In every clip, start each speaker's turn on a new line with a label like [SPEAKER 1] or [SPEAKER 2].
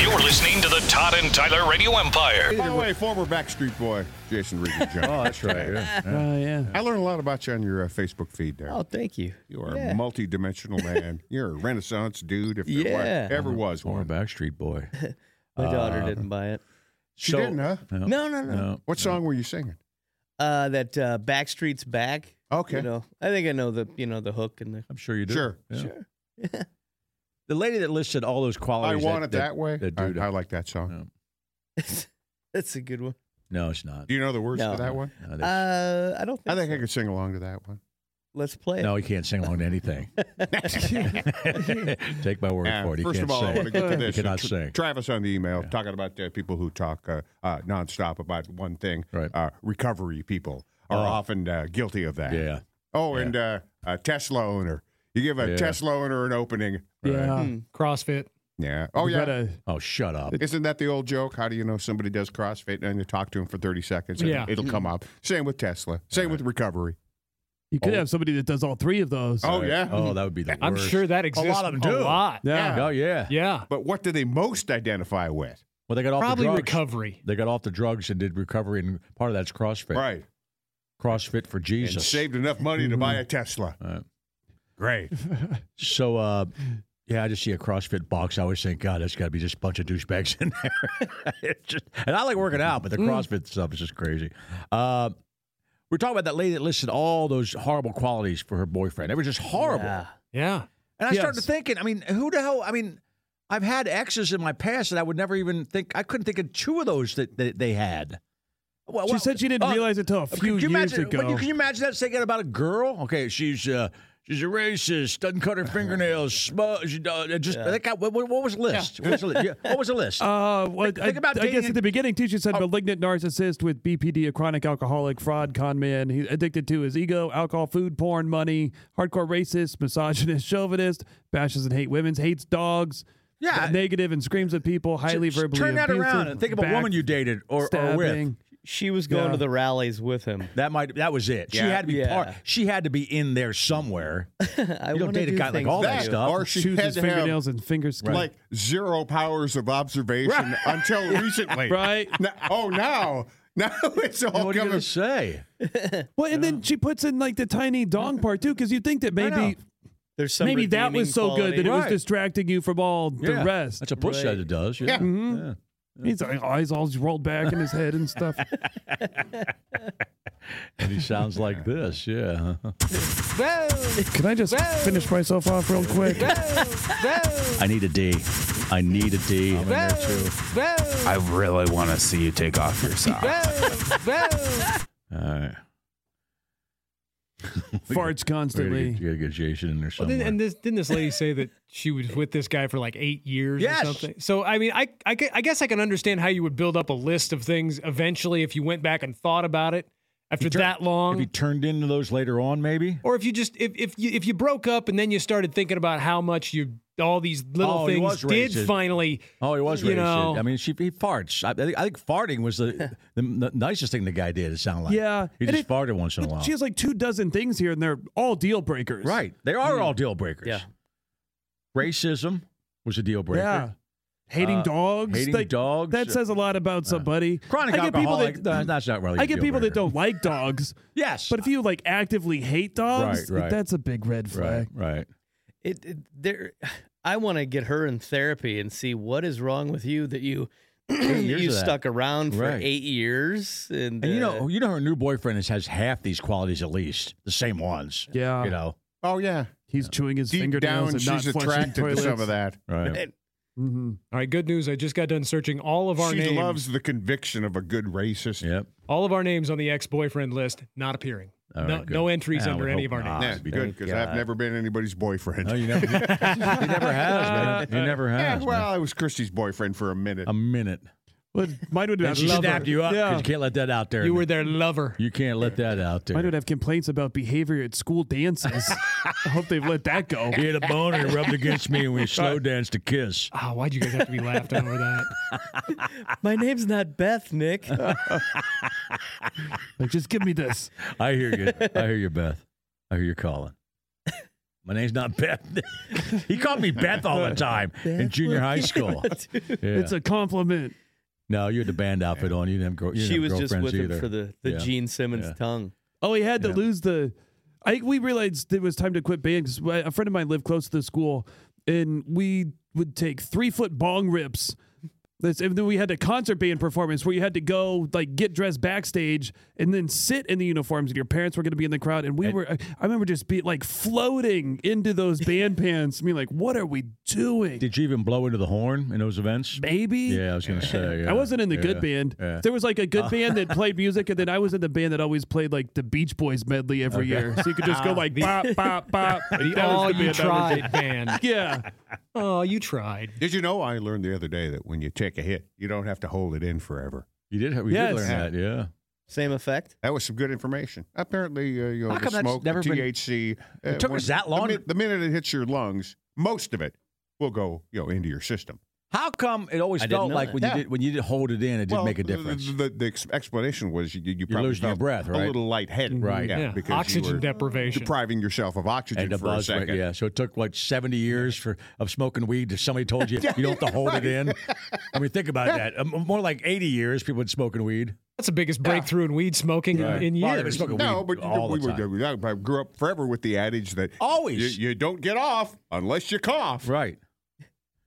[SPEAKER 1] You're listening to the Todd and Tyler Radio Empire.
[SPEAKER 2] By the way, former Backstreet Boy Jason Regan Jones.
[SPEAKER 3] Oh, that's right. Yeah.
[SPEAKER 4] Oh yeah.
[SPEAKER 2] I learned a lot about you on your uh, Facebook feed there.
[SPEAKER 4] Oh, thank you.
[SPEAKER 2] you are
[SPEAKER 4] yeah.
[SPEAKER 2] a multi-dimensional man. You're a renaissance dude, if there
[SPEAKER 4] Yeah.
[SPEAKER 2] was, ever was
[SPEAKER 3] Former
[SPEAKER 2] one.
[SPEAKER 3] Uh-huh. Backstreet Boy.
[SPEAKER 4] My daughter
[SPEAKER 3] Uh,
[SPEAKER 4] didn't buy it.
[SPEAKER 2] She
[SPEAKER 3] So-
[SPEAKER 2] didn't, huh?
[SPEAKER 4] No, no, no.
[SPEAKER 3] no.
[SPEAKER 2] What song were you singing?
[SPEAKER 4] Uh, that uh, Backstreet's back.
[SPEAKER 2] Okay.
[SPEAKER 4] You know, I think I know the you know the hook and the
[SPEAKER 3] I'm sure you do.
[SPEAKER 2] Sure.
[SPEAKER 3] Yeah.
[SPEAKER 4] sure.
[SPEAKER 3] The lady that listed all those
[SPEAKER 2] I
[SPEAKER 3] qualities.
[SPEAKER 2] want it that, way.
[SPEAKER 3] that
[SPEAKER 2] I,
[SPEAKER 3] dude-
[SPEAKER 2] I like that song.
[SPEAKER 3] No,
[SPEAKER 4] That's a good one.
[SPEAKER 3] no, it's not.
[SPEAKER 2] Do you know the words
[SPEAKER 4] No.
[SPEAKER 2] to that one?
[SPEAKER 3] No, they-
[SPEAKER 4] Uh, I don't. Think
[SPEAKER 2] I think
[SPEAKER 4] so.
[SPEAKER 2] I could sing along to that one.
[SPEAKER 4] Let's play it.
[SPEAKER 3] no, you can't sing along to anything. Take my word
[SPEAKER 2] Uh,
[SPEAKER 3] for it. You
[SPEAKER 2] first
[SPEAKER 3] can't
[SPEAKER 2] of all,
[SPEAKER 3] sing.
[SPEAKER 2] I want to get to
[SPEAKER 3] You
[SPEAKER 2] this.
[SPEAKER 3] cannot
[SPEAKER 2] Tra-
[SPEAKER 3] sing.
[SPEAKER 2] Travis on the email talking about uh, people who talk uh, uh, nonstop about one thing.
[SPEAKER 3] Right.
[SPEAKER 2] Uh, recovery people are
[SPEAKER 3] Oh.
[SPEAKER 2] often uh, guilty of that.
[SPEAKER 3] Yeah.
[SPEAKER 2] Oh, and uh, a Tesla owner. You give a
[SPEAKER 3] Yeah.
[SPEAKER 2] Tesla owner an opening.
[SPEAKER 5] Yeah,
[SPEAKER 2] Hmm.
[SPEAKER 5] CrossFit.
[SPEAKER 2] Yeah. Oh,
[SPEAKER 5] You
[SPEAKER 2] yeah.
[SPEAKER 5] gotta-
[SPEAKER 3] Oh, shut up.
[SPEAKER 2] Isn't that the old joke? How do you know somebody does CrossFit and you talk to them for 30 seconds and
[SPEAKER 5] Yeah.
[SPEAKER 2] it'll
[SPEAKER 3] Mm.
[SPEAKER 2] come up? Same with Tesla. Same with recovery.
[SPEAKER 5] you could have somebody that does all three of those.
[SPEAKER 2] Oh, yeah.
[SPEAKER 3] Oh, that would be the worst.
[SPEAKER 5] I'm sure that exists.
[SPEAKER 3] A lot of them do.
[SPEAKER 5] A lot.
[SPEAKER 2] Yeah.
[SPEAKER 3] Oh yeah.
[SPEAKER 5] Yeah.
[SPEAKER 2] But what do they most identify with?
[SPEAKER 3] Well, they got off
[SPEAKER 5] Probably
[SPEAKER 3] the drugs.
[SPEAKER 5] recovery.
[SPEAKER 3] They got off the drugs and did recovery, and part of that's CrossFit.
[SPEAKER 2] Right.
[SPEAKER 3] CrossFit for Jesus. Mm.
[SPEAKER 2] And saved enough money to buy a Tesla.
[SPEAKER 3] Right.
[SPEAKER 2] Great.
[SPEAKER 3] So, uh, yeah, I just see a CrossFit box. I always think, God, that's got to be just a bunch of douchebags in there. It's just- and I like working out, but the
[SPEAKER 5] Mm.
[SPEAKER 3] CrossFit stuff is just crazy. Uh, we're talking about that lady that listed all those horrible qualities for her boyfriend. They were just horrible.
[SPEAKER 4] Yeah.
[SPEAKER 5] Yeah.
[SPEAKER 3] And I started
[SPEAKER 5] Yes.
[SPEAKER 3] thinking, I mean, who the hell? I mean, I've had exes in my past that I would never even think, I couldn't think of two of those that, that they had. Well,
[SPEAKER 5] She
[SPEAKER 3] well,
[SPEAKER 5] said she didn't
[SPEAKER 3] uh,
[SPEAKER 5] realize it till a
[SPEAKER 3] Could
[SPEAKER 5] few
[SPEAKER 3] you
[SPEAKER 5] years
[SPEAKER 3] imagine,
[SPEAKER 5] ago.
[SPEAKER 3] But you, can you imagine that saying about a girl? Okay, she's uh, she's a racist, doesn't cut her fingernails, smoke. She, uh, just that guy, what, what what was the list? What was the list? Yeah, what was the list?
[SPEAKER 5] Uh, what
[SPEAKER 3] Think
[SPEAKER 5] I,
[SPEAKER 3] about
[SPEAKER 5] I guess
[SPEAKER 3] dating- Oh.
[SPEAKER 5] at the beginning too, she said malignant narcissist with BPD, a chronic alcoholic, fraud, con man. He's addicted to his ego, alcohol, food, porn, money, hardcore racist, misogynist, chauvinist, bashes and hate women's, hates dogs,
[SPEAKER 3] Yeah.
[SPEAKER 5] negative and screams at people, highly
[SPEAKER 3] Just
[SPEAKER 5] verbally
[SPEAKER 3] Turn that
[SPEAKER 5] abusive,
[SPEAKER 3] around and think of a
[SPEAKER 5] back
[SPEAKER 3] woman you dated or, or with.
[SPEAKER 5] stabbing.
[SPEAKER 4] She was going
[SPEAKER 5] Yeah.
[SPEAKER 4] to the rallies with him.
[SPEAKER 3] That might that was it. She
[SPEAKER 2] Yeah.
[SPEAKER 3] had to be
[SPEAKER 4] Yeah.
[SPEAKER 3] part. She had to be in there somewhere.
[SPEAKER 4] I
[SPEAKER 3] You don't
[SPEAKER 4] wanna
[SPEAKER 3] date a
[SPEAKER 4] do
[SPEAKER 3] guy like
[SPEAKER 4] things
[SPEAKER 3] all
[SPEAKER 4] with
[SPEAKER 3] that
[SPEAKER 4] you.
[SPEAKER 3] stuff.
[SPEAKER 2] or she
[SPEAKER 5] Choose
[SPEAKER 2] had
[SPEAKER 5] his
[SPEAKER 2] to have
[SPEAKER 5] fingernails and finger skin.
[SPEAKER 2] like zero powers of observation until recently.
[SPEAKER 5] Right.
[SPEAKER 2] Now, oh, now. Now it's all
[SPEAKER 3] what are you
[SPEAKER 2] coming.
[SPEAKER 3] gonna say?
[SPEAKER 5] well, and then she puts in like the tiny dong part too, because you think that
[SPEAKER 3] know.
[SPEAKER 5] maybe
[SPEAKER 4] There's some
[SPEAKER 5] maybe that was
[SPEAKER 4] redeeming
[SPEAKER 5] so
[SPEAKER 4] quality.
[SPEAKER 5] good that it was
[SPEAKER 3] Right.
[SPEAKER 5] distracting you from all
[SPEAKER 3] Yeah.
[SPEAKER 5] the rest.
[SPEAKER 3] That's a push
[SPEAKER 4] Right.
[SPEAKER 3] that it does. Yeah.
[SPEAKER 2] Yeah.
[SPEAKER 5] Mhm. He's like, eyes all rolled back in his head and stuff.
[SPEAKER 3] And he sounds
[SPEAKER 5] Mm-hmm.
[SPEAKER 3] like this. Yeah.
[SPEAKER 5] Can I just finish myself off real quick?
[SPEAKER 3] I need a D. I need a D. I'm in there too.
[SPEAKER 6] I really want to see you take off your socks.
[SPEAKER 3] All right.
[SPEAKER 5] Farts
[SPEAKER 3] We gotta get-
[SPEAKER 5] constantly.
[SPEAKER 3] we gotta get Jason in there
[SPEAKER 5] Well,
[SPEAKER 3] somewhere.
[SPEAKER 5] then- and and
[SPEAKER 7] this, didn't this lady say that she was with this guy for like eight years
[SPEAKER 3] Yes.
[SPEAKER 7] or something? So I mean, I, I gu- I guess I can understand how you would build up a list of things eventually if you went back and thought about it after
[SPEAKER 3] turn-
[SPEAKER 7] that long,
[SPEAKER 3] If he turned into those later on, maybe.
[SPEAKER 7] or if you just if if you, if you broke up and then you started thinking about how much you all these little
[SPEAKER 3] Oh, he
[SPEAKER 7] things
[SPEAKER 3] was
[SPEAKER 7] did
[SPEAKER 3] racist.
[SPEAKER 7] finally.
[SPEAKER 3] Oh, he was
[SPEAKER 7] You
[SPEAKER 3] racist.
[SPEAKER 7] know-
[SPEAKER 3] I mean, she, he farts. I, I think- I think farting was the, the, the nicest thing the guy did. It sounded like.
[SPEAKER 5] Yeah,
[SPEAKER 3] he
[SPEAKER 5] and
[SPEAKER 3] just
[SPEAKER 5] it-
[SPEAKER 3] farted once in a while.
[SPEAKER 5] She has like two dozen things here, and they're all deal breakers.
[SPEAKER 3] right, they are all deal breakers.
[SPEAKER 4] Yeah.
[SPEAKER 3] racism was a deal breaker.
[SPEAKER 5] Yeah. Hating
[SPEAKER 3] Uh,
[SPEAKER 5] dogs.
[SPEAKER 3] hating
[SPEAKER 5] like,
[SPEAKER 3] dogs. Uh,
[SPEAKER 5] That says a lot about somebody.
[SPEAKER 3] Chronic
[SPEAKER 5] I get people
[SPEAKER 3] alcoholic.
[SPEAKER 5] that,
[SPEAKER 3] no, that's not really.
[SPEAKER 5] I
[SPEAKER 3] a
[SPEAKER 5] get
[SPEAKER 3] deal
[SPEAKER 5] people that
[SPEAKER 3] breaker.
[SPEAKER 5] don't like dogs,
[SPEAKER 3] Yes,
[SPEAKER 5] but if you like actively hate dogs,
[SPEAKER 3] Right, right.
[SPEAKER 5] that's a big red flag.
[SPEAKER 3] right, right.
[SPEAKER 4] It, it there. I want to get her in therapy and see what is wrong with you that you that
[SPEAKER 3] years
[SPEAKER 4] you
[SPEAKER 3] of that.
[SPEAKER 4] stuck around for
[SPEAKER 3] Right.
[SPEAKER 4] eight years and,
[SPEAKER 3] And you
[SPEAKER 4] uh,
[SPEAKER 3] know, you know, her new boyfriend is, has half these qualities at least, the same ones.
[SPEAKER 5] Yeah.
[SPEAKER 3] you know,
[SPEAKER 2] Oh, yeah.
[SPEAKER 5] He's chewing his
[SPEAKER 2] Deep
[SPEAKER 5] fingernails
[SPEAKER 2] down,
[SPEAKER 5] and not
[SPEAKER 2] she's
[SPEAKER 5] flushing
[SPEAKER 2] attracted to
[SPEAKER 5] toilets.
[SPEAKER 2] some of that.
[SPEAKER 3] right.
[SPEAKER 4] and
[SPEAKER 7] All right, good news. I just got done searching all of our
[SPEAKER 2] she
[SPEAKER 7] names.
[SPEAKER 2] loves the conviction of a good racist.
[SPEAKER 3] Yep.
[SPEAKER 7] all of our names on the ex-boyfriend list not appearing.
[SPEAKER 3] All
[SPEAKER 7] no,
[SPEAKER 3] right, good.
[SPEAKER 7] no entries
[SPEAKER 3] Yeah, I
[SPEAKER 7] under
[SPEAKER 3] would
[SPEAKER 7] any of
[SPEAKER 3] hope
[SPEAKER 7] our
[SPEAKER 3] not.
[SPEAKER 7] names.
[SPEAKER 2] Yeah,
[SPEAKER 3] Thank
[SPEAKER 2] be good because I've
[SPEAKER 3] God.
[SPEAKER 2] never been anybody's boyfriend.
[SPEAKER 3] No, you never. you never has, man. You never
[SPEAKER 2] yeah,
[SPEAKER 3] has. man.
[SPEAKER 2] well, I was Christy's boyfriend for a minute.
[SPEAKER 3] a minute.
[SPEAKER 5] Well, mine would
[SPEAKER 3] And
[SPEAKER 5] have
[SPEAKER 3] she
[SPEAKER 5] lover.
[SPEAKER 3] snapped you up because
[SPEAKER 5] Yeah.
[SPEAKER 3] you can't let that out there.
[SPEAKER 7] You were their lover.
[SPEAKER 3] You can't let that out there.
[SPEAKER 5] Mine would have complaints about behavior at school dances. I hope they've let that go.
[SPEAKER 3] He had a bone and he rubbed against me, and we slow danced to kiss.
[SPEAKER 7] Oh, why'd you guys have to be laughed over that?
[SPEAKER 4] My name's not Beth, Nick.
[SPEAKER 5] Like, just give me this.
[SPEAKER 3] I hear you. I hear you, Beth. I hear you calling. My name's not Beth. he called me Beth all the time in junior high school. Yeah.
[SPEAKER 5] It's a compliment.
[SPEAKER 3] no, you had the band outfit on. You didn't have, girl, you didn't
[SPEAKER 4] she
[SPEAKER 3] have
[SPEAKER 4] was just
[SPEAKER 3] girlfriends
[SPEAKER 4] with
[SPEAKER 3] either.
[SPEAKER 4] him for the, the
[SPEAKER 3] Yeah.
[SPEAKER 4] Gene Simmons
[SPEAKER 3] Yeah.
[SPEAKER 4] tongue.
[SPEAKER 5] Oh, he had to lose the. I think we realized it was time to quit band because a friend of mine lived close to the school, and we would take three foot bong rips. This, and then we had a concert band performance where you had to go like get dressed backstage and then sit in the uniforms, and your parents were going to be in the crowd. And we were, I, I remember just be like floating into those band pants, being like, "What are we doing,
[SPEAKER 3] Did you even blow into the horn in those events?
[SPEAKER 5] baby?"
[SPEAKER 3] Yeah, I was gonna say. yeah,
[SPEAKER 5] I wasn't in the good
[SPEAKER 3] yeah,
[SPEAKER 5] band.
[SPEAKER 3] yeah.
[SPEAKER 5] There was like a good band that played music, and then I was in the band that always played like the Beach Boys medley every year. So you could just go like bop bop bop.
[SPEAKER 7] The
[SPEAKER 5] That was
[SPEAKER 7] all
[SPEAKER 5] the
[SPEAKER 7] you
[SPEAKER 5] band I was in.
[SPEAKER 7] tried band.
[SPEAKER 5] Yeah,
[SPEAKER 7] Oh, you tried.
[SPEAKER 2] Did you know I learned the other day that when you take a hit, you don't have to hold it in forever.
[SPEAKER 3] You did. Have, we
[SPEAKER 5] Yes.
[SPEAKER 3] did learn that. Yeah.
[SPEAKER 4] Same effect.
[SPEAKER 2] That was some good information. Apparently, uh, you know,
[SPEAKER 3] How
[SPEAKER 2] the
[SPEAKER 3] come that's
[SPEAKER 2] smoke,
[SPEAKER 3] never
[SPEAKER 2] the
[SPEAKER 3] been-
[SPEAKER 2] THC. uh,
[SPEAKER 3] It took
[SPEAKER 2] when-
[SPEAKER 3] us that
[SPEAKER 2] the
[SPEAKER 3] long?
[SPEAKER 2] min- The, minute it hits your lungs, most of it will go, you know, into your system.
[SPEAKER 3] How come it always
[SPEAKER 4] I didn't
[SPEAKER 3] felt
[SPEAKER 4] know
[SPEAKER 3] like
[SPEAKER 4] that.
[SPEAKER 3] when
[SPEAKER 2] Yeah.
[SPEAKER 3] you did when you did hold it in, it didn't
[SPEAKER 2] Well,
[SPEAKER 3] make a
[SPEAKER 2] the- the-
[SPEAKER 3] difference?
[SPEAKER 2] The, the ex- explanation was you, you probably
[SPEAKER 3] losing your
[SPEAKER 2] felt
[SPEAKER 3] breath,
[SPEAKER 2] a
[SPEAKER 3] right?
[SPEAKER 2] little lightheaded,
[SPEAKER 3] Right.
[SPEAKER 2] Yeah,
[SPEAKER 7] Yeah.
[SPEAKER 2] because you
[SPEAKER 7] Oxygen
[SPEAKER 2] were
[SPEAKER 7] deprivation.
[SPEAKER 2] depriving yourself of oxygen
[SPEAKER 3] and the
[SPEAKER 2] for a
[SPEAKER 3] buzz
[SPEAKER 2] second.
[SPEAKER 3] rate, yeah. So it took like seventy years for of smoking weed to somebody told you you don't have to hold it in. I mean, think about that. Um, More like eighty years people had smoking weed.
[SPEAKER 7] That's the biggest breakthrough in weed smoking in- in,
[SPEAKER 3] Well, they've been
[SPEAKER 7] years.
[SPEAKER 3] smoking
[SPEAKER 2] No,
[SPEAKER 3] weed
[SPEAKER 2] but
[SPEAKER 3] all
[SPEAKER 2] we
[SPEAKER 3] the time.
[SPEAKER 2] were, I grew up forever with the adage that
[SPEAKER 3] Always.
[SPEAKER 2] you, you don't get off unless you cough.
[SPEAKER 3] right.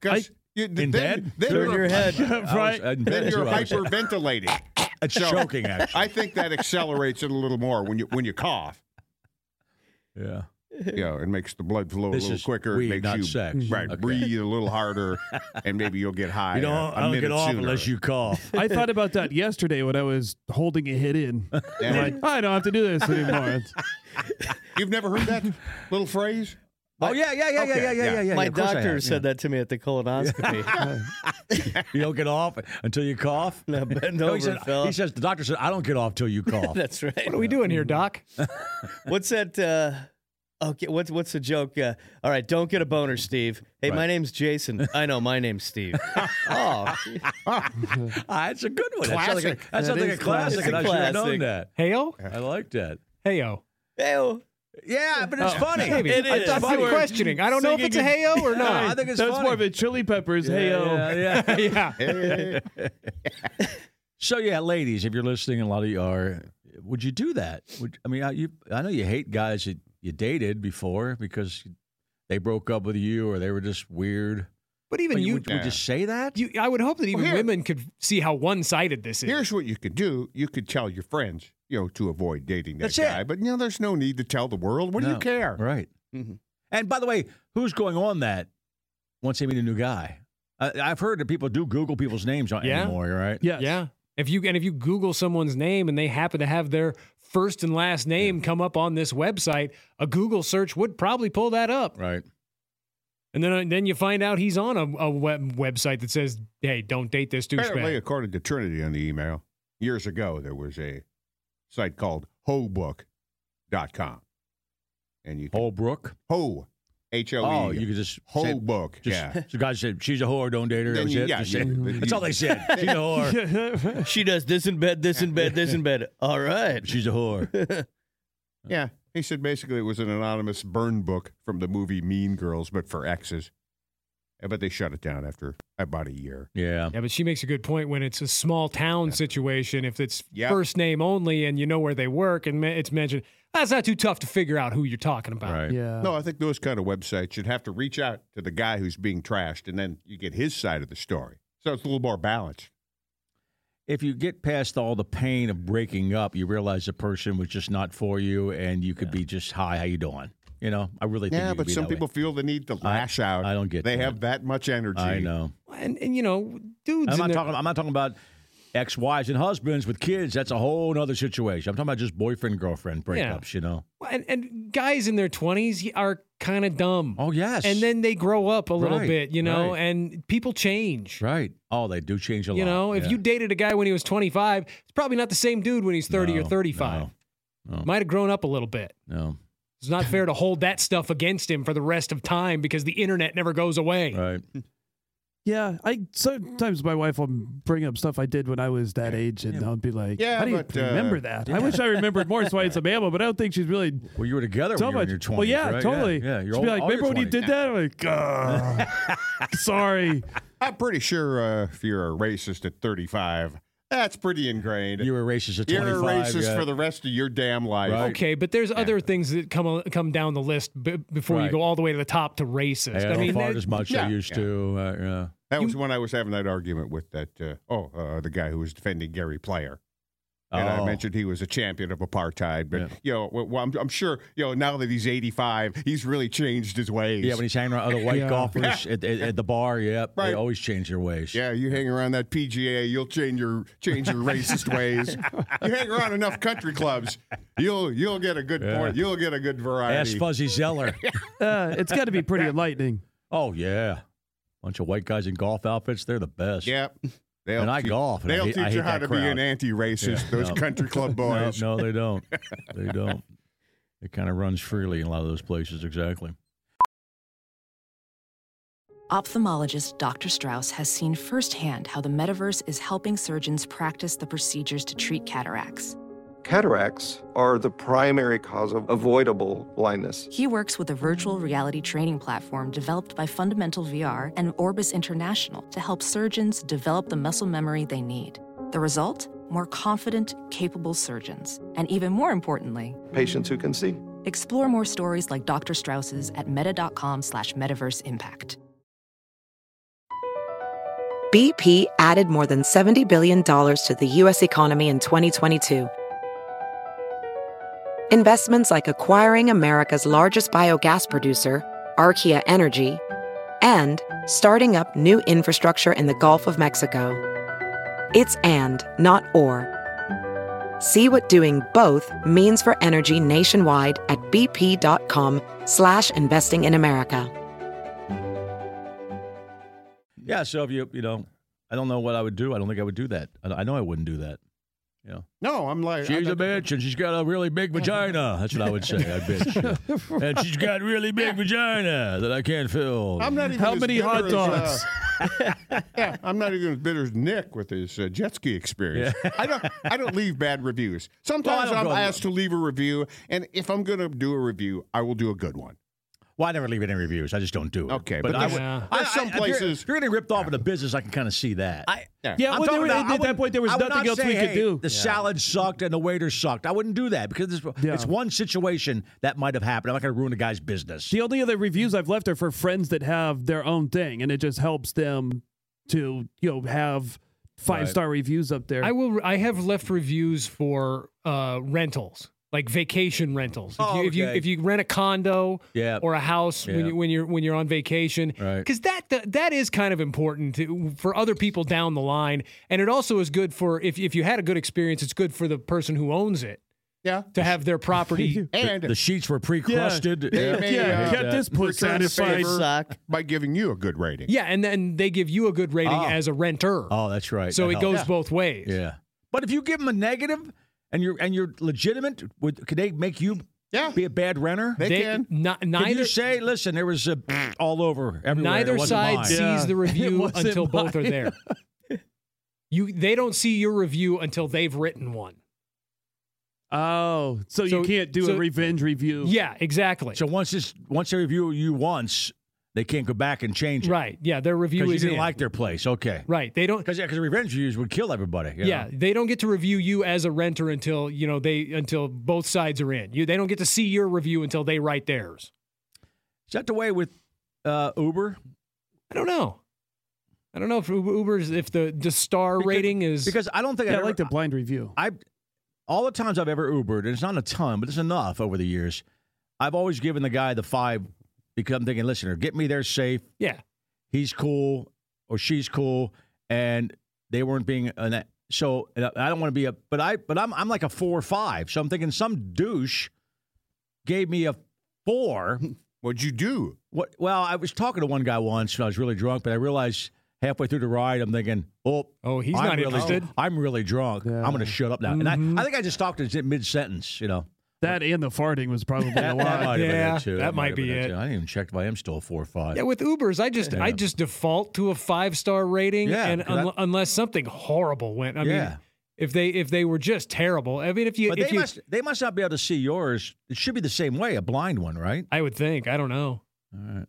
[SPEAKER 2] 'Cause
[SPEAKER 5] I-
[SPEAKER 2] you- th-
[SPEAKER 3] In
[SPEAKER 2] then,
[SPEAKER 3] bed?
[SPEAKER 2] then
[SPEAKER 3] Through
[SPEAKER 2] you're,
[SPEAKER 3] your
[SPEAKER 4] head.
[SPEAKER 3] Right.
[SPEAKER 2] then you're
[SPEAKER 3] hyper.
[SPEAKER 2] hyperventilating.
[SPEAKER 3] It's
[SPEAKER 2] So-
[SPEAKER 3] choking actually.
[SPEAKER 2] I think that accelerates it a little more when you when you cough.
[SPEAKER 3] yeah.
[SPEAKER 2] Yeah, it makes the blood flow
[SPEAKER 3] This
[SPEAKER 2] a little
[SPEAKER 3] is
[SPEAKER 2] quicker.
[SPEAKER 3] weed,
[SPEAKER 2] it makes
[SPEAKER 3] not
[SPEAKER 2] you
[SPEAKER 3] sex. Mm-hmm.
[SPEAKER 2] right
[SPEAKER 3] Okay.
[SPEAKER 2] breathe a little harder, and maybe you'll get high.
[SPEAKER 3] You don't.
[SPEAKER 2] a- a
[SPEAKER 3] I don't get
[SPEAKER 2] minute
[SPEAKER 3] off
[SPEAKER 2] sooner.
[SPEAKER 3] unless you cough.
[SPEAKER 5] I thought about that yesterday when I was holding a hit in.
[SPEAKER 2] Yeah.
[SPEAKER 5] I'm like, I don't have to do this anymore. It's-
[SPEAKER 2] You've never heard that little phrase?
[SPEAKER 3] oh yeah, yeah, yeah,
[SPEAKER 2] Okay,
[SPEAKER 3] yeah, yeah,
[SPEAKER 2] yeah.
[SPEAKER 3] yeah, yeah. yeah,
[SPEAKER 4] My
[SPEAKER 3] of course I
[SPEAKER 4] doctor
[SPEAKER 3] have,
[SPEAKER 4] said that to me at the colonoscopy.
[SPEAKER 3] yeah. you don't get off until you cough.
[SPEAKER 4] Now bend
[SPEAKER 3] No,
[SPEAKER 4] over,
[SPEAKER 3] he, said,
[SPEAKER 4] fella.
[SPEAKER 3] he says the doctor said I don't get off till you cough.
[SPEAKER 4] That's right.
[SPEAKER 7] What are we doing here, Doc?
[SPEAKER 4] What's that? Uh, okay, what's what's the joke? Uh, all right, don't get a boner, Steve. Hey, my name's Jason. I know my name's Steve. oh,
[SPEAKER 3] Ah, it's a good one. That sounds
[SPEAKER 2] Classic.
[SPEAKER 3] like a, that sounds
[SPEAKER 4] That
[SPEAKER 3] like a
[SPEAKER 4] is classic.
[SPEAKER 3] classic, and I
[SPEAKER 4] It's a
[SPEAKER 3] should have known
[SPEAKER 4] classic.
[SPEAKER 3] that.
[SPEAKER 7] Heyo?
[SPEAKER 3] I like that. Oh,
[SPEAKER 7] Heyo. Oh,
[SPEAKER 4] hey,
[SPEAKER 3] Yeah, but it's funny.
[SPEAKER 7] Maybe.
[SPEAKER 4] It
[SPEAKER 7] I
[SPEAKER 4] is.
[SPEAKER 7] thought you
[SPEAKER 4] Funny.
[SPEAKER 7] were questioning. I don't know if it's a
[SPEAKER 5] Singing
[SPEAKER 7] heyo or
[SPEAKER 3] No, I
[SPEAKER 7] not.
[SPEAKER 3] think it's
[SPEAKER 5] That was
[SPEAKER 3] funny.
[SPEAKER 5] more of a Chili Peppers. hey yo.
[SPEAKER 3] Yeah, yeah.
[SPEAKER 7] yeah.
[SPEAKER 2] Eh,
[SPEAKER 3] so yeah, ladies, if you're listening, and a lot of you are. Would you do that? Would, I mean, I, you, I know you hate guys that you dated before because they broke up with you or they were just weird.
[SPEAKER 7] But even
[SPEAKER 3] But
[SPEAKER 7] you,
[SPEAKER 3] would, would you say that?
[SPEAKER 7] you, I would hope that even
[SPEAKER 2] here-
[SPEAKER 7] women could see how one-sided this is.
[SPEAKER 2] Here's what you could do: you could tell your friends, you know, to avoid dating that
[SPEAKER 3] That's it.
[SPEAKER 2] guy. But you know, there's no need to tell the world. What do
[SPEAKER 3] No.
[SPEAKER 2] you care?
[SPEAKER 3] Right.
[SPEAKER 2] Mm-hmm.
[SPEAKER 4] Mhm.
[SPEAKER 3] And by the way, who's going on that once they meet a new guy? I, I've heard that people do Google people's names on
[SPEAKER 7] Yeah.
[SPEAKER 3] anymore, right?
[SPEAKER 5] Yes.
[SPEAKER 7] Yeah. If you and if you Google someone's name and they happen to have their first and last name come up on this website, a Google search would probably pull that up.
[SPEAKER 3] Right.
[SPEAKER 7] And then and then you find out he's on a, a web, website that says, "Hey, don't date this
[SPEAKER 2] Apparently,
[SPEAKER 7] douchebag."
[SPEAKER 2] according to Trinity on the email, years ago there was a site called hobook.com. And you could
[SPEAKER 3] Holbrook.
[SPEAKER 2] ho H O E.
[SPEAKER 3] Oh, you could just say-
[SPEAKER 2] Hobook.
[SPEAKER 3] Just,
[SPEAKER 2] yeah.
[SPEAKER 3] So guys said she's a whore, don't date
[SPEAKER 2] Then
[SPEAKER 3] her. That was
[SPEAKER 2] you-
[SPEAKER 3] it.
[SPEAKER 2] yeah,
[SPEAKER 3] Just
[SPEAKER 2] you-
[SPEAKER 3] say-
[SPEAKER 2] you-
[SPEAKER 3] that's all they said. She's a whore.
[SPEAKER 4] she does this in bed, this in bed, this in bed. All right.
[SPEAKER 3] She's a whore.
[SPEAKER 2] Yeah. He said basically it was an anonymous burn book from the movie Mean Girls, but for exes. Uh, But they shut it down after about a year.
[SPEAKER 3] Yeah.
[SPEAKER 7] Yeah, but she makes a good point when it's a small town situation. If it's
[SPEAKER 2] Yep.
[SPEAKER 7] first name only and you know where they work and ma- it's mentioned, that's not too tough to figure out who you're talking about.
[SPEAKER 3] Right.
[SPEAKER 5] Yeah.
[SPEAKER 2] No, I think those kind of websites should have to reach out to the guy who's being trashed, and then you get his side of the story. So it's a little more balanced.
[SPEAKER 3] If you get past all the pain of breaking up, you realize the person was just not for you, and you could be just hi, how you doing? You know, I really think
[SPEAKER 2] Yeah,
[SPEAKER 3] you could
[SPEAKER 2] but
[SPEAKER 3] be
[SPEAKER 2] some
[SPEAKER 3] that way.
[SPEAKER 2] people feel the need to lash out.
[SPEAKER 3] I don't get
[SPEAKER 2] They
[SPEAKER 3] that.
[SPEAKER 2] have that much energy.
[SPEAKER 3] I know.
[SPEAKER 7] And, and you know, dudes.
[SPEAKER 3] I'm
[SPEAKER 7] in
[SPEAKER 3] not
[SPEAKER 7] their-
[SPEAKER 3] talking. I'm not talking about ex-wives and husbands with kids. That's a whole other situation. I'm talking about just boyfriend girlfriend
[SPEAKER 7] Yeah.
[SPEAKER 3] breakups. You know.
[SPEAKER 7] and, and guys in their 20s are kind of dumb.
[SPEAKER 3] Oh yes.
[SPEAKER 7] And then they grow up a little
[SPEAKER 3] Right,
[SPEAKER 7] bit, you know,
[SPEAKER 3] right.
[SPEAKER 7] and people change.
[SPEAKER 3] right. Oh, they do change a lot.
[SPEAKER 7] You know, if
[SPEAKER 3] Yeah.
[SPEAKER 7] you dated a guy when he was 25, it's probably not the same dude when he's 30 or
[SPEAKER 3] No,
[SPEAKER 7] 35. Might have grown up a little bit.
[SPEAKER 3] No.
[SPEAKER 7] It's not fair to hold that stuff against him for the rest of time because the internet never goes away.
[SPEAKER 3] no. Right.
[SPEAKER 5] Yeah, I sometimes my wife will bring up stuff I did when I was that age, and I'll be like,
[SPEAKER 2] Yeah,
[SPEAKER 5] "How do you
[SPEAKER 2] but, uh,
[SPEAKER 5] remember that?" I wish I remembered more. So I it's a mammal, but I don't think she's really
[SPEAKER 3] Well, you were together
[SPEAKER 5] so
[SPEAKER 3] when you were in
[SPEAKER 5] much.
[SPEAKER 3] your 20s.
[SPEAKER 5] well, yeah,
[SPEAKER 3] right?
[SPEAKER 5] totally.
[SPEAKER 3] Yeah, you're
[SPEAKER 5] She'll
[SPEAKER 3] all,
[SPEAKER 5] be like,
[SPEAKER 3] all your
[SPEAKER 5] "Remember when you
[SPEAKER 3] 20s.
[SPEAKER 5] did that?" I'm like, "Ugh, "Sorry."
[SPEAKER 2] I'm pretty sure uh, if you're a racist at 35, that's pretty ingrained.
[SPEAKER 3] You were racist at
[SPEAKER 2] You're a
[SPEAKER 3] 25.
[SPEAKER 2] racist
[SPEAKER 3] yeah.
[SPEAKER 2] for the rest of your damn life.
[SPEAKER 3] Right.
[SPEAKER 7] Okay, but there's other things that come come down the list b- before you
[SPEAKER 3] Right.
[SPEAKER 7] go all the way to the top to racist.
[SPEAKER 3] Yeah, I
[SPEAKER 7] I
[SPEAKER 3] don't
[SPEAKER 7] mean,
[SPEAKER 3] fart
[SPEAKER 7] that-
[SPEAKER 3] as much.
[SPEAKER 2] yeah,
[SPEAKER 3] I used
[SPEAKER 2] yeah.
[SPEAKER 3] to. Uh, yeah.
[SPEAKER 2] That was when I was having that argument with that, uh, oh, uh, the guy who was defending Gary Player. And I
[SPEAKER 3] Oh.
[SPEAKER 2] mentioned he was a champion of apartheid, but
[SPEAKER 3] Yeah.
[SPEAKER 2] you know, well, I'm, I'm sure you know now that he's 85, he's really changed his ways.
[SPEAKER 3] Yeah, when he's hanging around other white
[SPEAKER 7] Yeah.
[SPEAKER 3] golfers at, at, at the bar, yep, they
[SPEAKER 2] Right.
[SPEAKER 3] always change their ways.
[SPEAKER 2] Yeah, you hang around that PGA, you'll change your change your racist ways. You hang around enough country clubs, you'll you'll get a good point. You'll get a good
[SPEAKER 3] Ask
[SPEAKER 2] variety.
[SPEAKER 3] Fuzzy Zeller.
[SPEAKER 5] Uh, it's got to be pretty enlightening.
[SPEAKER 3] oh yeah, bunch of white guys in golf outfits. They're the best.
[SPEAKER 2] Yep. They'll
[SPEAKER 3] And I
[SPEAKER 2] te-
[SPEAKER 3] golf, and I
[SPEAKER 2] They'll
[SPEAKER 3] hate- I
[SPEAKER 2] teach you
[SPEAKER 3] hate
[SPEAKER 2] how
[SPEAKER 3] that
[SPEAKER 2] to be
[SPEAKER 3] crowd.
[SPEAKER 2] an anti-racist.
[SPEAKER 3] Yeah,
[SPEAKER 2] those
[SPEAKER 3] no.
[SPEAKER 2] country club
[SPEAKER 3] No,
[SPEAKER 2] boys.
[SPEAKER 3] no, they don't. They don't. It kind of runs freely in a lot of those places. Exactly.
[SPEAKER 8] Ophthalmologist Dr. Strauss has seen firsthand how the metaverse is helping surgeons practice the procedures to treat cataracts.
[SPEAKER 9] Cataracts are the primary cause of avoidable blindness.
[SPEAKER 8] He works with a virtual reality training platform developed by Fundamental VR and Orbis International to help surgeons develop the muscle memory they need. The result? More confident, capable surgeons. And even more importantly,
[SPEAKER 9] Patients who can see.
[SPEAKER 8] explore more stories like Dr. Strauss's at meta.com slash metaverse impact.
[SPEAKER 10] BP added more than $70 billion to the U.S. economy in 2022. Investments like acquiring America's largest biogas producer, Archaea Energy, and starting up new infrastructure in the Gulf of Mexico. It's and, not or. See what doing both means for energy nationwide at bp.com slash investing in America.
[SPEAKER 3] Yeah. So if you, you know, I don't know what I would do. I don't think I would do that. I, I know I wouldn't do that. You know,
[SPEAKER 2] No, I'm like
[SPEAKER 3] she's
[SPEAKER 2] I'm-
[SPEAKER 3] a bitch and she's got a really big vagina. That's what I would say. I bitch. and she's got really big vagina that I can't fill.
[SPEAKER 2] I'm not even
[SPEAKER 5] How
[SPEAKER 2] as
[SPEAKER 5] many
[SPEAKER 2] bitter
[SPEAKER 5] hot
[SPEAKER 2] as,
[SPEAKER 5] dogs?
[SPEAKER 2] uh, yeah, I'm not even as bitter as Nick with his uh, jet ski experience. I don't. I don't leave bad reviews. Sometimes
[SPEAKER 3] don't
[SPEAKER 2] I'm
[SPEAKER 3] go-
[SPEAKER 2] asked to leave a review, and if I'm going to do a review, I will do a good one.
[SPEAKER 3] Well, I never leave any reviews. I just don't do it.
[SPEAKER 2] Okay, but
[SPEAKER 3] I
[SPEAKER 2] there's-
[SPEAKER 3] I-
[SPEAKER 2] there's some
[SPEAKER 3] I- if you're-
[SPEAKER 2] places-
[SPEAKER 3] If you're getting ripped off in a business, I can kind of see that. I,
[SPEAKER 5] Yeah,
[SPEAKER 3] I'm
[SPEAKER 5] well,
[SPEAKER 3] talking
[SPEAKER 5] there,
[SPEAKER 3] about- I
[SPEAKER 5] at that
[SPEAKER 3] wouldn't-
[SPEAKER 5] point, there was
[SPEAKER 3] I would
[SPEAKER 5] nothing
[SPEAKER 3] not
[SPEAKER 5] else
[SPEAKER 3] say,
[SPEAKER 5] we could
[SPEAKER 3] "Hey,
[SPEAKER 5] do.
[SPEAKER 3] The salad sucked and the waiter sucked. I wouldn't do that because it's,
[SPEAKER 5] Yeah.
[SPEAKER 3] it's one situation that might have happened. I'm not going to ruin a guy's business.
[SPEAKER 5] The only other reviews I've left are for friends that have their own thing, and it just helps them to you know have five star reviews up there.
[SPEAKER 7] I will. I have left reviews for uh, rentals, like vacation rentals. If,
[SPEAKER 3] Oh,
[SPEAKER 7] you, if you
[SPEAKER 3] okay.
[SPEAKER 7] if you rent a condo
[SPEAKER 3] Yeah.
[SPEAKER 7] or a house when
[SPEAKER 3] Yeah.
[SPEAKER 7] you when you're when you're on vacation,
[SPEAKER 3] Right.
[SPEAKER 7] because that, that that is kind of important to, for other people down the line, and it also is good for if if you had a good experience, it's good for the person who owns it
[SPEAKER 2] Yeah,
[SPEAKER 7] to have their property.
[SPEAKER 2] and
[SPEAKER 3] the sheets were pre-crusted.
[SPEAKER 2] they may,
[SPEAKER 5] yeah,
[SPEAKER 2] uh,
[SPEAKER 5] kept this place
[SPEAKER 2] return the
[SPEAKER 5] satisfied.
[SPEAKER 2] favor
[SPEAKER 4] Sock.
[SPEAKER 2] by giving you a good rating.
[SPEAKER 7] yeah, and then they give you a good rating
[SPEAKER 3] Oh.
[SPEAKER 7] as a renter.
[SPEAKER 3] Oh, that's right.
[SPEAKER 7] so
[SPEAKER 3] That
[SPEAKER 7] it goes
[SPEAKER 3] helps.
[SPEAKER 7] both ways.
[SPEAKER 3] Yeah. But if you give them a negative and you're and you're legitimate, would could they make you
[SPEAKER 2] Yeah.
[SPEAKER 3] be a bad renter?
[SPEAKER 2] They
[SPEAKER 7] They-
[SPEAKER 2] can.
[SPEAKER 7] ni-
[SPEAKER 3] Can
[SPEAKER 7] neither
[SPEAKER 3] you say, listen, there was a all over everywhere. It
[SPEAKER 7] neither
[SPEAKER 3] wasn't
[SPEAKER 7] side
[SPEAKER 3] mine."
[SPEAKER 7] sees
[SPEAKER 5] Yeah.
[SPEAKER 7] the
[SPEAKER 5] It
[SPEAKER 7] review
[SPEAKER 5] wasn't
[SPEAKER 7] until both are
[SPEAKER 5] mine.
[SPEAKER 7] there. You they don't see your review until they've written one.
[SPEAKER 5] oh, so,
[SPEAKER 7] So-
[SPEAKER 5] you can't do
[SPEAKER 7] so-
[SPEAKER 5] a revenge review?
[SPEAKER 7] Yeah, exactly.
[SPEAKER 3] So once this, once they review you once, they can't go back and change it.
[SPEAKER 7] right. Yeah, their review
[SPEAKER 3] Because you
[SPEAKER 7] is
[SPEAKER 3] didn't
[SPEAKER 7] in.
[SPEAKER 3] like their place. Okay.
[SPEAKER 7] Right. They don't
[SPEAKER 3] Because yeah, because revenge reviews would kill everybody. you know?
[SPEAKER 7] yeah, they don't get to review you as a renter until, you know, they until both sides are in. You they don't get to see your review until they write theirs.
[SPEAKER 3] Is that the way with uh, Uber?
[SPEAKER 7] I don't know. I don't know if Uber- Uber's if the the star
[SPEAKER 3] Because-
[SPEAKER 7] rating is
[SPEAKER 3] Because I don't think
[SPEAKER 5] Yeah, I
[SPEAKER 3] I've
[SPEAKER 5] like the
[SPEAKER 3] ever,
[SPEAKER 5] blind review.
[SPEAKER 3] I all the times I've ever Ubered, and it's not a ton, but it's enough over the years. I've always given the guy the five because I'm thinking, listener, get me there safe.
[SPEAKER 7] Yeah.
[SPEAKER 3] He's cool or she's cool, and they weren't being an. So and I I don't want to be a, but I, but I'm, I'm like a four or five. So I'm thinking some douche gave me a four.
[SPEAKER 2] What'd you do?
[SPEAKER 3] What? Well, I was talking to one guy once, and I was really drunk, but I realized halfway through the ride, I'm thinking, oh,
[SPEAKER 7] Oh, he's
[SPEAKER 3] I'm
[SPEAKER 7] not
[SPEAKER 3] really,
[SPEAKER 7] interested. Mm-hmm.
[SPEAKER 3] I'm really drunk. I'm going to shut up now. And I, I think I just talked to him mid sentence. You know,
[SPEAKER 5] That and the farting was probably a
[SPEAKER 3] that, that
[SPEAKER 5] lot.
[SPEAKER 3] might have been
[SPEAKER 7] Yeah,
[SPEAKER 3] it too.
[SPEAKER 7] that might
[SPEAKER 3] have
[SPEAKER 7] be
[SPEAKER 3] been
[SPEAKER 7] it.
[SPEAKER 3] too. I didn't even check if I am still a four or five.
[SPEAKER 7] Yeah, with Ubers, I just I just default to a five star rating,
[SPEAKER 3] Yeah,
[SPEAKER 7] and
[SPEAKER 3] 'cause I-
[SPEAKER 7] un- unless something horrible went, I
[SPEAKER 3] Yeah.
[SPEAKER 7] mean, if they if they were just terrible, I mean, if you
[SPEAKER 3] but
[SPEAKER 7] if
[SPEAKER 3] they
[SPEAKER 7] you,
[SPEAKER 3] must they must not be able to see yours. It should be the same way, a blind one, right?
[SPEAKER 7] I would think. I don't know.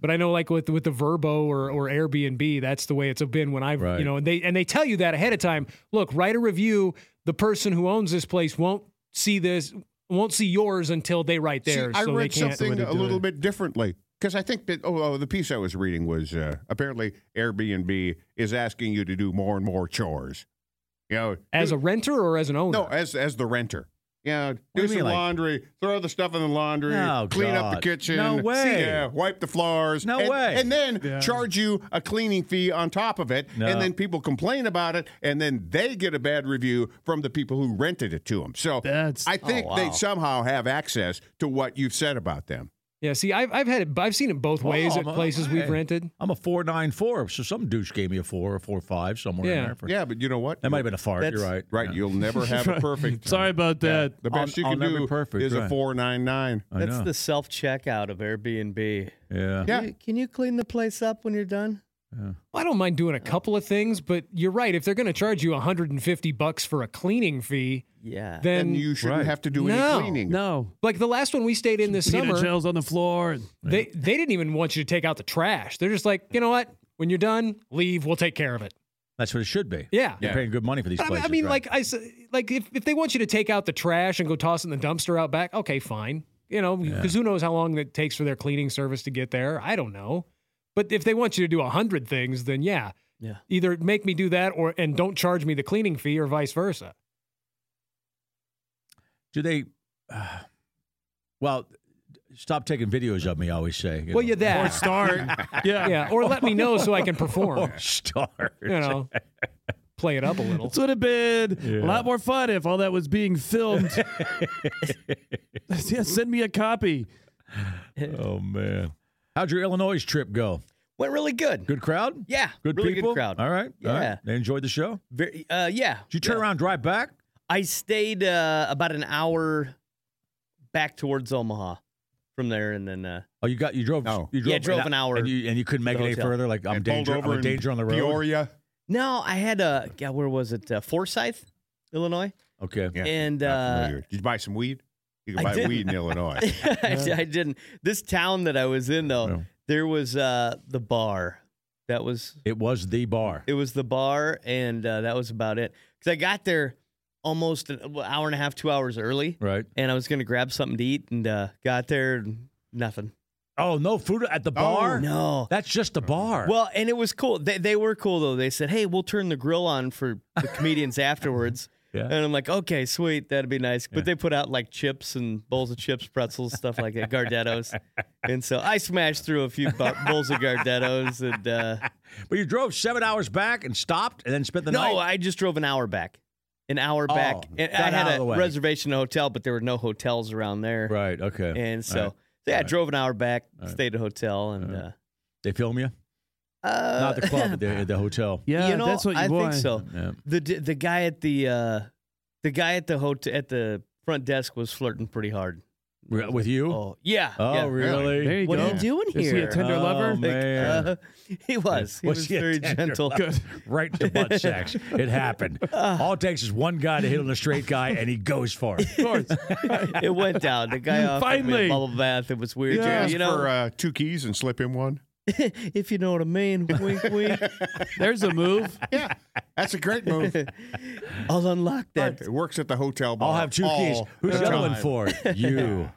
[SPEAKER 7] But I know, like with with the Verbo or, or Airbnb, that's the way it's been when I've
[SPEAKER 3] Right.
[SPEAKER 7] you know, and they and they tell you that ahead of time. Look, write a review. The person who owns this place won't see this, won't see yours until they write theirs.
[SPEAKER 2] See, I
[SPEAKER 7] so they
[SPEAKER 2] read
[SPEAKER 7] can't.
[SPEAKER 2] something
[SPEAKER 5] Somebody
[SPEAKER 2] a
[SPEAKER 5] do
[SPEAKER 2] little
[SPEAKER 5] it.
[SPEAKER 2] bit differently because I think that oh, oh, the piece I was reading was uh, apparently Airbnb is asking you to do more and more chores. You know,
[SPEAKER 7] As
[SPEAKER 2] do-
[SPEAKER 7] a renter or as an owner?
[SPEAKER 2] no, as as the renter. Yeah,
[SPEAKER 3] Oh, do you
[SPEAKER 2] do
[SPEAKER 3] mean,
[SPEAKER 2] some
[SPEAKER 3] like-
[SPEAKER 2] laundry, throw the stuff in the laundry,
[SPEAKER 3] Oh,
[SPEAKER 2] clean up the
[SPEAKER 3] God.
[SPEAKER 2] kitchen.
[SPEAKER 3] No way.
[SPEAKER 2] Yeah, wipe the floors.
[SPEAKER 3] No
[SPEAKER 2] and-
[SPEAKER 3] way.
[SPEAKER 2] And then
[SPEAKER 5] Yeah.
[SPEAKER 2] charge you a cleaning fee on top of it.
[SPEAKER 3] No.
[SPEAKER 2] And then people complain about it. And then they get a bad review from the people who rented it to them. So
[SPEAKER 5] That's-
[SPEAKER 3] oh,
[SPEAKER 2] I think they somehow have access to what you've said about them.
[SPEAKER 7] Yeah. See, I've I've had it. I've seen it both ways
[SPEAKER 3] Oh,
[SPEAKER 7] at
[SPEAKER 3] I'm-
[SPEAKER 7] places
[SPEAKER 3] hey,
[SPEAKER 7] we've rented.
[SPEAKER 3] I'm a four nine four. So some douche gave me a four or four five somewhere in
[SPEAKER 7] Yeah.
[SPEAKER 3] there. For,
[SPEAKER 2] Yeah, but you know what?
[SPEAKER 3] That might have been a fart. You're
[SPEAKER 4] That's-
[SPEAKER 3] right.
[SPEAKER 2] Right,
[SPEAKER 3] Yeah.
[SPEAKER 2] you'll never have it perfect.
[SPEAKER 5] Sorry about that.
[SPEAKER 2] The
[SPEAKER 3] I'll-
[SPEAKER 2] best you
[SPEAKER 3] I'll
[SPEAKER 2] can
[SPEAKER 3] never
[SPEAKER 2] do
[SPEAKER 3] be perfect,
[SPEAKER 2] is
[SPEAKER 3] right.
[SPEAKER 2] a four nine nine.
[SPEAKER 3] I
[SPEAKER 4] That's
[SPEAKER 3] know.
[SPEAKER 4] the self checkout of Airbnb.
[SPEAKER 3] yeah.
[SPEAKER 2] Yeah.
[SPEAKER 4] Can you- Can you clean the place up when you're done?
[SPEAKER 7] Well, I don't mind doing a couple of things, but you're right. If they're going to charge you 150 bucks for a cleaning fee,
[SPEAKER 4] Yeah.
[SPEAKER 7] then
[SPEAKER 2] And you shouldn't
[SPEAKER 3] Right.
[SPEAKER 2] have to do
[SPEAKER 7] No.
[SPEAKER 2] any cleaning.
[SPEAKER 5] No.
[SPEAKER 7] like the last one we stayed in this
[SPEAKER 5] Peanut
[SPEAKER 7] summer,
[SPEAKER 5] shells on the floor. and-
[SPEAKER 7] they they didn't even want you to take out the trash. They're just like, you know what? When you're done, leave. We'll take care of it.
[SPEAKER 3] That's what it should be.
[SPEAKER 7] Yeah.
[SPEAKER 3] You're paying good money for these
[SPEAKER 7] But I mean,
[SPEAKER 3] places.
[SPEAKER 7] I mean,
[SPEAKER 3] right?
[SPEAKER 7] like I s- like if, if they want you to take out the trash and go toss it in the dumpster out back, okay, fine. You know, because who knows how long it takes for their cleaning service to get there? I don't know. But if they want you to do a hundred things, then yeah,
[SPEAKER 4] Yeah.
[SPEAKER 7] either make me do that or and don't charge me the cleaning fee or vice versa.
[SPEAKER 3] do they? Uh, well, stop taking videos of me. I always say. you
[SPEAKER 7] Well,
[SPEAKER 3] know.
[SPEAKER 7] you're that.
[SPEAKER 5] Yeah.
[SPEAKER 7] yeah, or let me know so I can perform.
[SPEAKER 3] Or stars.
[SPEAKER 7] You know, play it up a little.
[SPEAKER 5] This would have been a lot more fun if all that was being filmed. yeah, send me a copy.
[SPEAKER 3] Oh man, how'd your Illinois trip go?
[SPEAKER 4] Went really good.
[SPEAKER 3] Good crowd.
[SPEAKER 4] Yeah.
[SPEAKER 3] Good
[SPEAKER 4] really
[SPEAKER 3] people.
[SPEAKER 4] Good crowd.
[SPEAKER 3] All right. All
[SPEAKER 4] Yeah.
[SPEAKER 3] right. They enjoyed the show.
[SPEAKER 4] Very, uh, yeah.
[SPEAKER 3] Did you turn
[SPEAKER 4] Yeah.
[SPEAKER 3] around, and drive back?
[SPEAKER 4] I stayed uh, about an hour back towards Omaha from there, and then uh,
[SPEAKER 3] Oh, you got you drove.
[SPEAKER 2] No.
[SPEAKER 3] You drove,
[SPEAKER 4] Yeah, drove an hour
[SPEAKER 3] and you, and you couldn't make it
[SPEAKER 4] to the
[SPEAKER 3] any
[SPEAKER 4] hotel.
[SPEAKER 3] further. Like I'm
[SPEAKER 2] And pulled
[SPEAKER 3] danger. I'm
[SPEAKER 2] over
[SPEAKER 3] a
[SPEAKER 2] in
[SPEAKER 3] danger on the road.
[SPEAKER 2] Peoria.
[SPEAKER 4] no, I had uh, God, where was it? Uh, Forsyth, Illinois,
[SPEAKER 3] Okay.
[SPEAKER 2] Yeah,
[SPEAKER 4] and
[SPEAKER 2] not
[SPEAKER 4] uh,
[SPEAKER 2] familiar. Did you buy some weed? You can
[SPEAKER 4] I
[SPEAKER 2] buy
[SPEAKER 4] didn't.
[SPEAKER 2] weed in Illinois.
[SPEAKER 4] I, I didn't. This town that I was in though,
[SPEAKER 3] No.
[SPEAKER 4] there was uh, the bar. That was
[SPEAKER 3] It was the bar.
[SPEAKER 4] It was the bar, and uh, that was about it. Because I got there almost an hour and a half, two hours early,
[SPEAKER 3] right.
[SPEAKER 4] and I was going to grab something to eat, and uh, got there and nothing.
[SPEAKER 3] Oh no, food at the bar.
[SPEAKER 4] No.
[SPEAKER 3] That's just the bar.
[SPEAKER 4] Well, and it was cool. They, they were cool though. They said, "Hey, we'll turn the grill on for the comedians afterwards."
[SPEAKER 3] Yeah.
[SPEAKER 4] And I'm like, "Okay, sweet, that'd be nice." But they put out like chips and bowls of chips, pretzels, stuff like that, Gardettos. and so I smashed through a few bu- bowls of Gardettos, and uh,
[SPEAKER 3] But you drove seven hours back and stopped, and then spent the night.
[SPEAKER 4] no, I just drove an hour back. An hour
[SPEAKER 3] Oh,
[SPEAKER 4] back. And
[SPEAKER 3] got
[SPEAKER 4] I
[SPEAKER 3] out of
[SPEAKER 4] had
[SPEAKER 3] the
[SPEAKER 4] a
[SPEAKER 3] way.
[SPEAKER 4] reservation at a hotel, but there were no hotels around there.
[SPEAKER 3] Right. Okay.
[SPEAKER 4] And so,
[SPEAKER 3] All right.
[SPEAKER 4] so yeah, I
[SPEAKER 3] All right.
[SPEAKER 4] drove an hour back,
[SPEAKER 3] All right.
[SPEAKER 4] stayed at a hotel, and
[SPEAKER 3] All
[SPEAKER 4] uh,
[SPEAKER 3] They film you?
[SPEAKER 4] uh,
[SPEAKER 3] Not the club, at the, at the hotel.
[SPEAKER 5] Yeah,
[SPEAKER 4] you know,
[SPEAKER 5] that's what you
[SPEAKER 4] I
[SPEAKER 5] want.
[SPEAKER 4] think so.
[SPEAKER 3] Yeah.
[SPEAKER 4] The d- the guy at the uh, the guy at the hotel at the front desk was flirting pretty hard.
[SPEAKER 3] Re- With you? Oh,
[SPEAKER 4] Oh yeah. yeah.
[SPEAKER 3] really?
[SPEAKER 5] There you
[SPEAKER 4] What
[SPEAKER 5] go.
[SPEAKER 4] are you doing
[SPEAKER 5] Is
[SPEAKER 4] here?
[SPEAKER 5] he a tender
[SPEAKER 3] Oh,
[SPEAKER 5] lover?
[SPEAKER 3] man.
[SPEAKER 4] uh, he was. He was,
[SPEAKER 3] Was he a
[SPEAKER 4] very
[SPEAKER 3] tender
[SPEAKER 4] gentle.
[SPEAKER 3] lover? Right in the butt sex. It happened. All it takes is one guy to hit on a straight guy, and he goes for it.
[SPEAKER 5] Of course.
[SPEAKER 4] it went down. The guy offered me
[SPEAKER 5] Finally.
[SPEAKER 4] a bubble bath. It was weird.
[SPEAKER 2] Did you ask
[SPEAKER 4] you know,
[SPEAKER 2] for uh, two keys and slip him one?
[SPEAKER 4] if you know what I mean. Wink, wink.
[SPEAKER 5] There's a move.
[SPEAKER 2] Yeah, that's a great move.
[SPEAKER 4] I'll unlock that.
[SPEAKER 2] It works at the hotel bar.
[SPEAKER 3] I'll have two
[SPEAKER 2] all
[SPEAKER 3] keys. Who's
[SPEAKER 2] the
[SPEAKER 3] the other one
[SPEAKER 2] time.
[SPEAKER 3] for? You.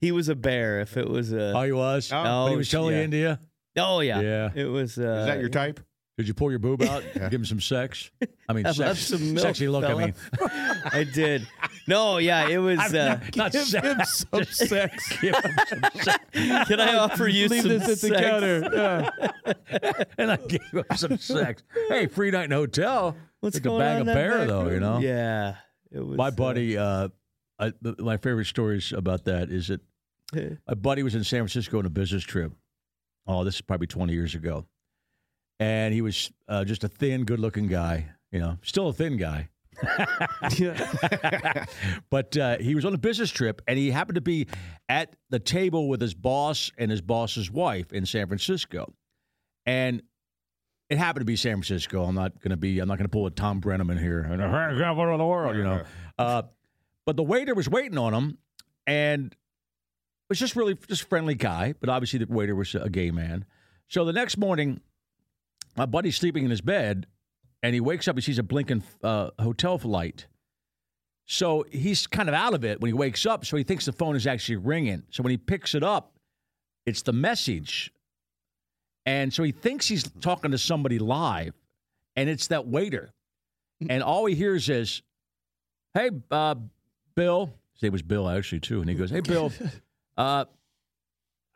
[SPEAKER 4] He was a bear. If it was a,
[SPEAKER 3] Oh, he was?
[SPEAKER 2] Oh.
[SPEAKER 3] But he was totally
[SPEAKER 4] yeah.
[SPEAKER 3] into you?
[SPEAKER 4] Oh yeah,
[SPEAKER 3] Yeah.
[SPEAKER 4] It was. Uh,
[SPEAKER 2] Is that your type?
[SPEAKER 3] Did you pull your boob out? Give him some sex? I mean,
[SPEAKER 4] I
[SPEAKER 3] sex.
[SPEAKER 4] love some milk,
[SPEAKER 3] sexy look, I
[SPEAKER 4] fella.
[SPEAKER 3] mean.
[SPEAKER 4] I did. No, yeah, it was. Uh,
[SPEAKER 3] Not
[SPEAKER 5] Give
[SPEAKER 3] sex.
[SPEAKER 5] him some sex.
[SPEAKER 3] Give him some sex.
[SPEAKER 4] can I offer you
[SPEAKER 5] Leave
[SPEAKER 4] some
[SPEAKER 5] this at the
[SPEAKER 4] sex?
[SPEAKER 5] counter. Yeah.
[SPEAKER 3] and I gave him some sex. Hey, free night in a hotel.
[SPEAKER 4] What's
[SPEAKER 3] It's
[SPEAKER 4] going
[SPEAKER 3] a bag
[SPEAKER 4] on in
[SPEAKER 3] of
[SPEAKER 4] that
[SPEAKER 3] bear
[SPEAKER 4] back
[SPEAKER 3] though, you
[SPEAKER 4] room?
[SPEAKER 3] know.
[SPEAKER 4] Yeah, it was.
[SPEAKER 3] My
[SPEAKER 4] uh,
[SPEAKER 3] buddy, uh, I, th- my favorite stories about that is that my buddy was in San Francisco on a business trip. Oh, this is probably 20 years ago. And he was uh, just a thin, good looking guy, you know, still a thin guy. but uh, he was on a business trip and he happened to be at the table with his boss and his boss's wife in San Francisco. And it happened to be San Francisco. I'm not going to be, I'm not going to pull a Tom Brennan in here. And, "Hey, Capital of the world, you know. Uh, but the waiter was waiting on him and was just really just a friendly guy. But obviously, the waiter was a gay man. So the next morning, my buddy's sleeping in his bed and he wakes up and sees a blinking uh, hotel light. So he's kind of out of it when he wakes up. So he thinks the phone is actually ringing. So when he picks it up, it's the message. And so he thinks he's talking to somebody live, and it's that waiter. And all he hears is, Hey, uh, Bill. His name was Bill, actually, too. And he goes, Hey, Bill, uh,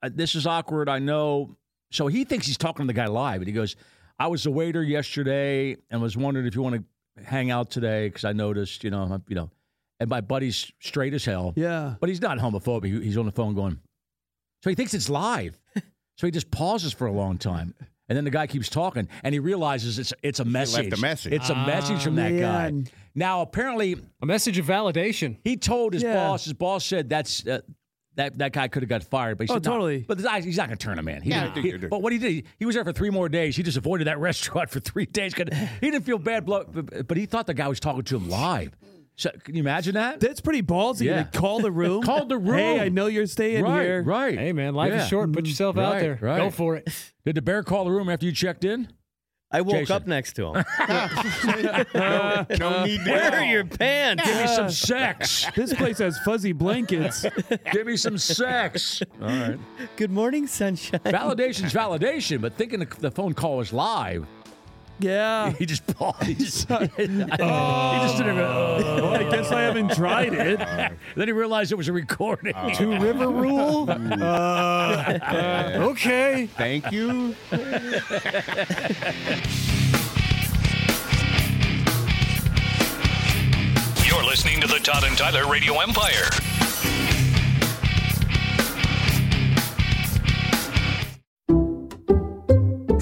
[SPEAKER 3] uh, this is awkward. I know. So he thinks he's talking to the guy live, and he goes, "I was a waiter yesterday, and was wondering if you want to hang out today because I noticed, you know, I'm- you know." And my buddy's straight as hell,
[SPEAKER 5] Yeah.
[SPEAKER 3] but he's not homophobic. He- He's on the phone going, so he thinks it's live. so he just pauses for a long time, and then the guy keeps talking, and he realizes it's it's a message.
[SPEAKER 2] a message.
[SPEAKER 3] It's a message from that
[SPEAKER 5] Ah, man.
[SPEAKER 3] guy. Now apparently
[SPEAKER 7] A message of validation.
[SPEAKER 3] he told his
[SPEAKER 5] Yeah.
[SPEAKER 3] boss. His boss said that's uh, that that guy could have got fired. But he
[SPEAKER 5] Oh,
[SPEAKER 3] said, "No."
[SPEAKER 5] totally.
[SPEAKER 3] But this- he's not going to turn him in. He
[SPEAKER 2] Yeah, I
[SPEAKER 3] didn't-
[SPEAKER 2] think
[SPEAKER 3] he-
[SPEAKER 2] you're doing-
[SPEAKER 3] but what he did, he, was there for three more days. He just avoided that restaurant for three days. 'cause He didn't feel bad, blo- but but he thought the guy was talking to him live. So can you imagine that?
[SPEAKER 5] That's pretty ballsy.
[SPEAKER 3] Yeah.
[SPEAKER 5] Like, call the room.
[SPEAKER 3] Called the room.
[SPEAKER 5] Hey, I know you're staying
[SPEAKER 3] right,
[SPEAKER 5] here.
[SPEAKER 3] right.
[SPEAKER 7] Hey, man, life
[SPEAKER 3] Yeah. Mm-hmm.
[SPEAKER 7] is short. Put yourself out
[SPEAKER 3] Right,
[SPEAKER 7] there.
[SPEAKER 3] right.
[SPEAKER 7] Go for it.
[SPEAKER 3] Did the bear call the room after you checked in?
[SPEAKER 4] I woke
[SPEAKER 3] Jason.
[SPEAKER 4] up next to him.
[SPEAKER 2] No need to
[SPEAKER 4] Where are your pants?
[SPEAKER 3] Give
[SPEAKER 5] Uh.
[SPEAKER 3] me some sex.
[SPEAKER 5] This place has fuzzy blankets.
[SPEAKER 3] Give me some sex. All right.
[SPEAKER 4] Good morning, sunshine.
[SPEAKER 3] Validation's validation, but thinking the, the phone call was live,
[SPEAKER 5] yeah.
[SPEAKER 3] he just paused. He just, he just didn't even. uh.
[SPEAKER 5] Oh. Well, I guess I haven't tried it.
[SPEAKER 3] Then he realized it was a recording.
[SPEAKER 7] Two River Rule. okay.
[SPEAKER 2] Thank you.
[SPEAKER 1] You're listening to the Todd and Tyler Radio Empire.